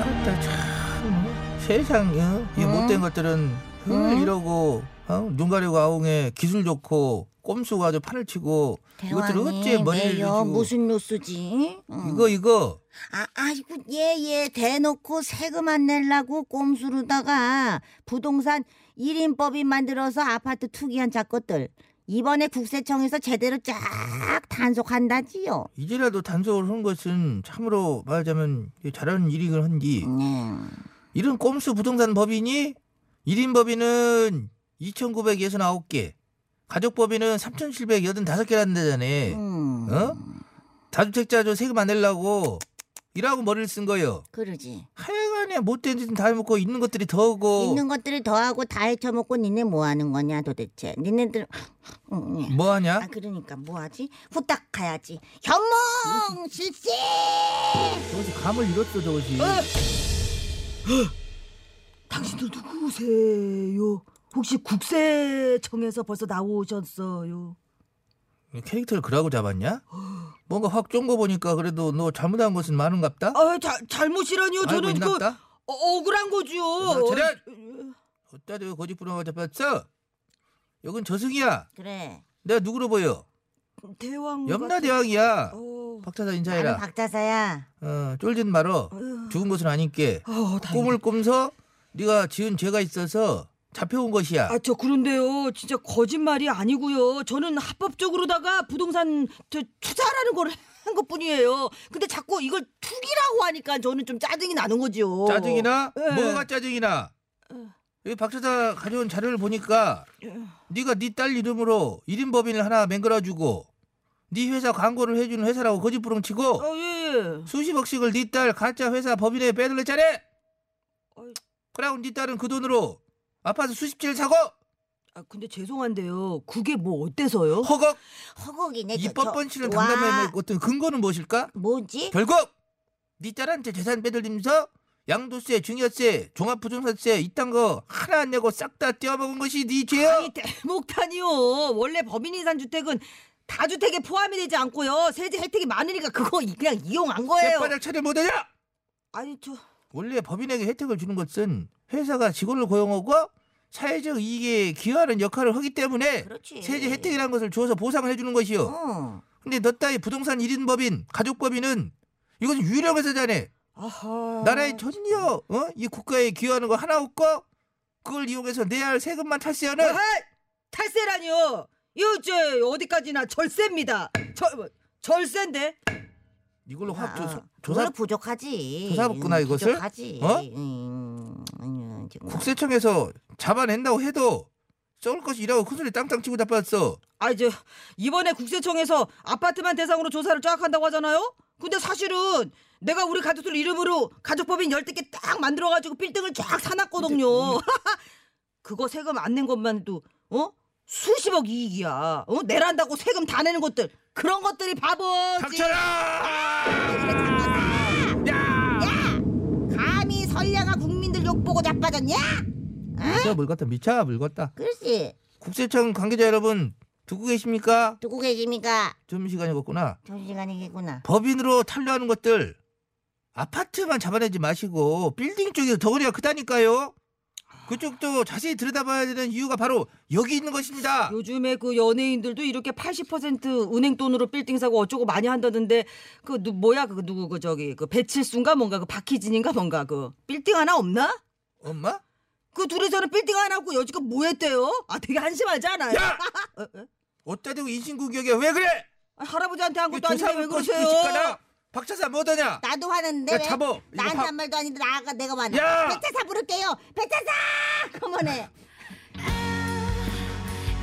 아따 참 뭐, 세상에 어? 이 못된 것들은 흥을 이러고 어? 눈 가리고 아웅에 기술 좋고 꼼수가 아주 판을 치고 이것들 어째 대왕이 머리를 내요 주고 무슨 뉴스지? 응. 이거 이거 아, 아이고 예예 대놓고 세금 안 내려고 꼼수르다가 부동산 1인법인 만들어서 아파트 투기한 작것들 이번에 국세청에서 제대로 쫙 단속한다지요. 이제라도 단속을 한 것은 참으로 말하자면 잘하는 일이긴 한디 네. 이런 꼼수 부동산 법인이 1인 법인은 2,969개 가족 법인은 3,785개라는 데잖아 음, 어? 다주택자 저 세금 안 내려고 이라고 머리를 쓴 거요 그러지. 하여간에 못된 짓은 다 해먹고 있는 것들이 더고 있는 것들이 더하고 다 헤쳐먹고 니네 뭐 하는 거냐 도대체. 니네들 음, 예. 뭐하냐? 아 그러니까 뭐 하지? 후딱 가야지. 음. 현몽 실세. 저것이 감을 잃었어 저것이 당신들 누구세요? 혹시 국세청에서 벌써 나오셨어요? 캐릭터를 그러고 잡았냐? 뭔가 확 쫀 거 보니까 그래도 너 잘못한 것은 많은갑다? 아, 자, 잘못이라니요. 알고 저는 그 있나보다? 어, 억울한 거지요. 어, 차렷! 어따대 왜 거짓 부렁아 잡혔어? 여긴 저승이야 그래. 내가 누구로 보여? 대왕 염라대왕이야 같은- 어, 박차사 나는 인사해라 박자사야. 어, 쫄진 말어 아유. 죽은 것은 아닌게 아, 다행이다. 꿈을 꼼서 네가 지은 죄가 있어서 잡혀온 것이야 아, 저 그런데요. 진짜 거짓말이 아니고요. 저는 합법적으로다가 부동산 저 투자라는 걸 한 것뿐이에요. 근데 자꾸 이걸 투기라고 하니까 저는 좀 짜증이 나는 거지요. 짜증이나 예. 뭐가 짜증이나 어. 여기 박차사 가져온 자료를 보니까 네가 네 딸 이름으로 1인 법인을 하나 맹글어주고 네 회사 광고를 해주는 회사라고 거짓부렁치고 아, 예. 수십억씩을 네 딸 가짜 회사 법인에 빼돌렸잖아 어이. 그러고 네 딸은 그 돈으로 아파트 수십 채를 사고 아, 근데 죄송한데요. 그게 뭐 어때서요? 허걱 허걱이네. 저- 입법 저- 번치는 와, 당담의 어떤 근거는 무엇일까? 뭐지? 결국 네 딸한테 재산 빼돌리면서 양도세, 증여세, 종합부동산세 이딴 거 하나 안 내고 싹 다 떼어먹은 것이 네 죄야. 아니 대목탄이요. 원래 법인인산 주택은 다주택에 포함이 되지 않고요. 세제 혜택이 많으니까 그거 이- 그냥 이용한 거예요. 새바닥 차를 못하냐? 아니 저 원래 법인에게 혜택을 주는 것은 회사가 직원을 고용하고 사회적 이익에 기여하는 역할을 하기 때문에 그렇지. 세제 혜택이라는 것을 주어서 보상을 해주는 것이요. 어. 근데 너 따위 부동산 1인 법인, 가족 법인은 이것은 유령 회사잖아. 아하. 나라에 전혀 어? 이 국가에 기여하는 거 하나 없고 그걸 이용해서 내야 할 세금만 탈세하는 그 아하! 탈세라니요. 이거 저 어디까지나 절세입니다. 절 뭐, 절세인데. 이걸로 확 조, 아, 조- 그거는 조사 부족하지. 조사복구나, 음, 이것을? 부족하지. 어? 음, 아니요, 지금. 국세청에서 잡아낸다고 해도 썩을 것이 이라고 큰소리 땅땅 치고 자빠졌어 아이 저 이번에 국세청에서 아파트만 대상으로 조사를 쫙 한다고 하잖아요. 근데 사실은 내가 우리 가족들 이름으로 가족법인 12개 딱 만들어 가지고 빌딩을 쫙 사놨거든요. 그거 세금 안 낸 것만 해도 어? 수십억 이익이야. 어? 내란다고 세금 다 내는 것들. 그런 것들이 바보지. 뭐. 감히 선량한 국민들 욕 보고 자빠졌냐? 미쳐 물 같다 미쳐 물 같다 글쎄, 국세청 관계자 여러분 듣고 계십니까? 누구 계십니까? 점심시간이었구나 점심시간이겠구나. 법인으로 탈려하는 것들 아파트만 잡아내지 마시고 빌딩 쪽이 덩어리가 크다니까요 그쪽도 자세히 들여다봐야 되는 이유가 바로 여기 있는 것입니다 요즘에 그 연예인들도 이렇게 80% 은행 돈으로 빌딩 사고 어쩌고 많이 한다던데 그 누, 뭐야 그 누구 그 저기 그 배칠순가 뭔가 그 박희진인가 뭔가 그 빌딩 하나 없나? 엄마? 그 둘이서는 빌딩 하나 없고 여지껏 뭐 했대요? 아 되게 한심하지 않아요? 야! 어, 어? 어따 대고 인신구격이야 왜 그래? 아, 할아버지한테 한 것도 그 아닌데 왜 조사하고 그러세요? 집 가라. 박차사 뭐더냐? 나도 화났는데 야, 왜? 잡어. 이거 나한테 봐. 한 말도 아닌데 나가 내가 화나. 야! 배차사 부를게요. 배차사! 그만해.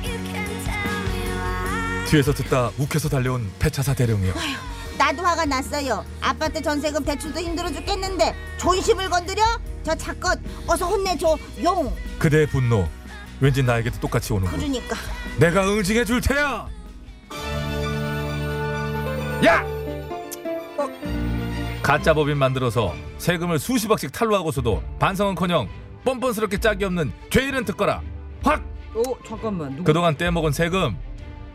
You can tell me why. 뒤에서 듣다 욱해서 달려온 폐차사 대령이요. 나도 화가 났어요. 아파트 전세금 대출도 힘들어 죽겠는데 존심을 건드려? 저 자껏 어서 혼내줘. 용. 그대의 분노 왠지 나에게도 똑같이 오는군. 그러니까. 내가 응징해 줄 테야. 야! 어. 가짜 법인 만들어서 세금을 수십억씩 탈루하고서도 반성은커녕 뻔뻔스럽게 짝이 없는 죄인은 듣거라. 확! 어 잠깐만 누구 그동안 떼먹은 세금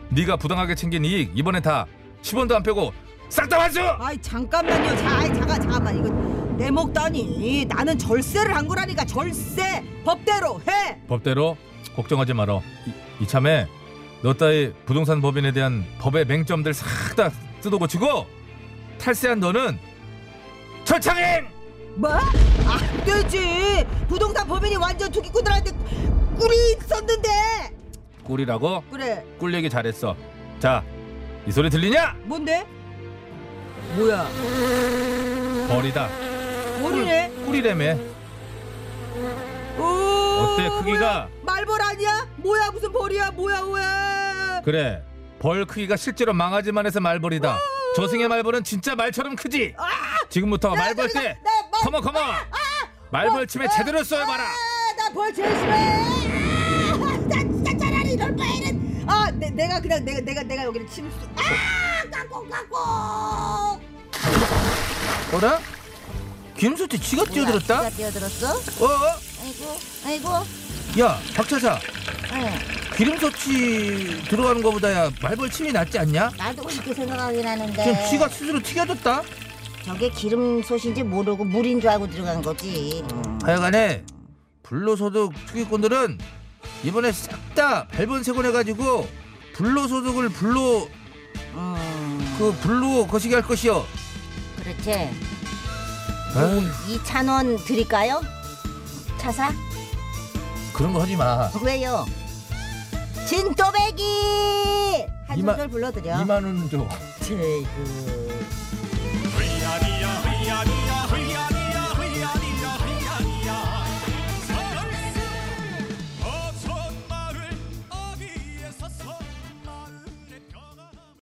네가 부당하게 챙긴 이익 이번에 다 10원도 안 빼고 싹 다 환수! 아이 잠깐만요. 자, 아이 잠깐 잠깐만 이거 내 먹다니. 나는 절세를 한 거라니까 절세 법대로 해. 법대로 걱정하지 말어. 이, 이참에 너 따위 부동산 법인에 대한 법의 맹점들 싹 다 뜯어고치고 탈세한 너는 철창행! 뭐? 안 되지. 부동산 법인이 완전 투기꾼들한테 꿀이 있었는데. 꿀이라고? 그래. 꿀 얘기 잘했어. 자, 이 소리 들리냐? 뭔데? 뭐야? 벌이다. 머리네. 꿀이라며. 오, 어때, 뭐야? 크기가? 말벌 아니야? 뭐야 무슨 벌이야? 뭐야 왜? 그래. 벌 크기가 실제로 망하지만 해서 말벌이다. 저승의 말벌은 진짜 말처럼 크지. 아, 지금부터 아, 네, 말벌 저기다, 그러니까. 아, 때 나 말- 커먼 커먼 말벌 침에 제대로 써봐라. 아, 나벌 제일 싫어해. 아, 나 진짜 차라리 이럴 바에는 아 내, 내가 그냥 내가 내가 내가 여기를 침수. 아 까꿍 까꿍. 어라? 김수태 지가 뛰어들었다? 누가 뛰어들었어? 어? 어? 아이고, 아이고. 야 박차사 응. 기름 섭취 들어가는 거보다 야 말벌 침이 낫지 않냐? 나도 그렇게 생각하긴 하는데. 지금 지가 스스로 튀겨졌다? 저게 기름 솥인지 모르고 물인 줄 알고 들어간 거지. 음. 하여간에 불로소득 투기꾼들은 이번에 싹 다 발본 세곤해가지고 불로소득을 불로 음. 그 불로 거시기 할 것이요. 그렇지. 네. 아유, 2,000원 드릴까요? 차사? 그런 거 하지 마. 왜요? 진또배기! 한 이만- 소절 불러드려. 이만 원 줘. 제이그.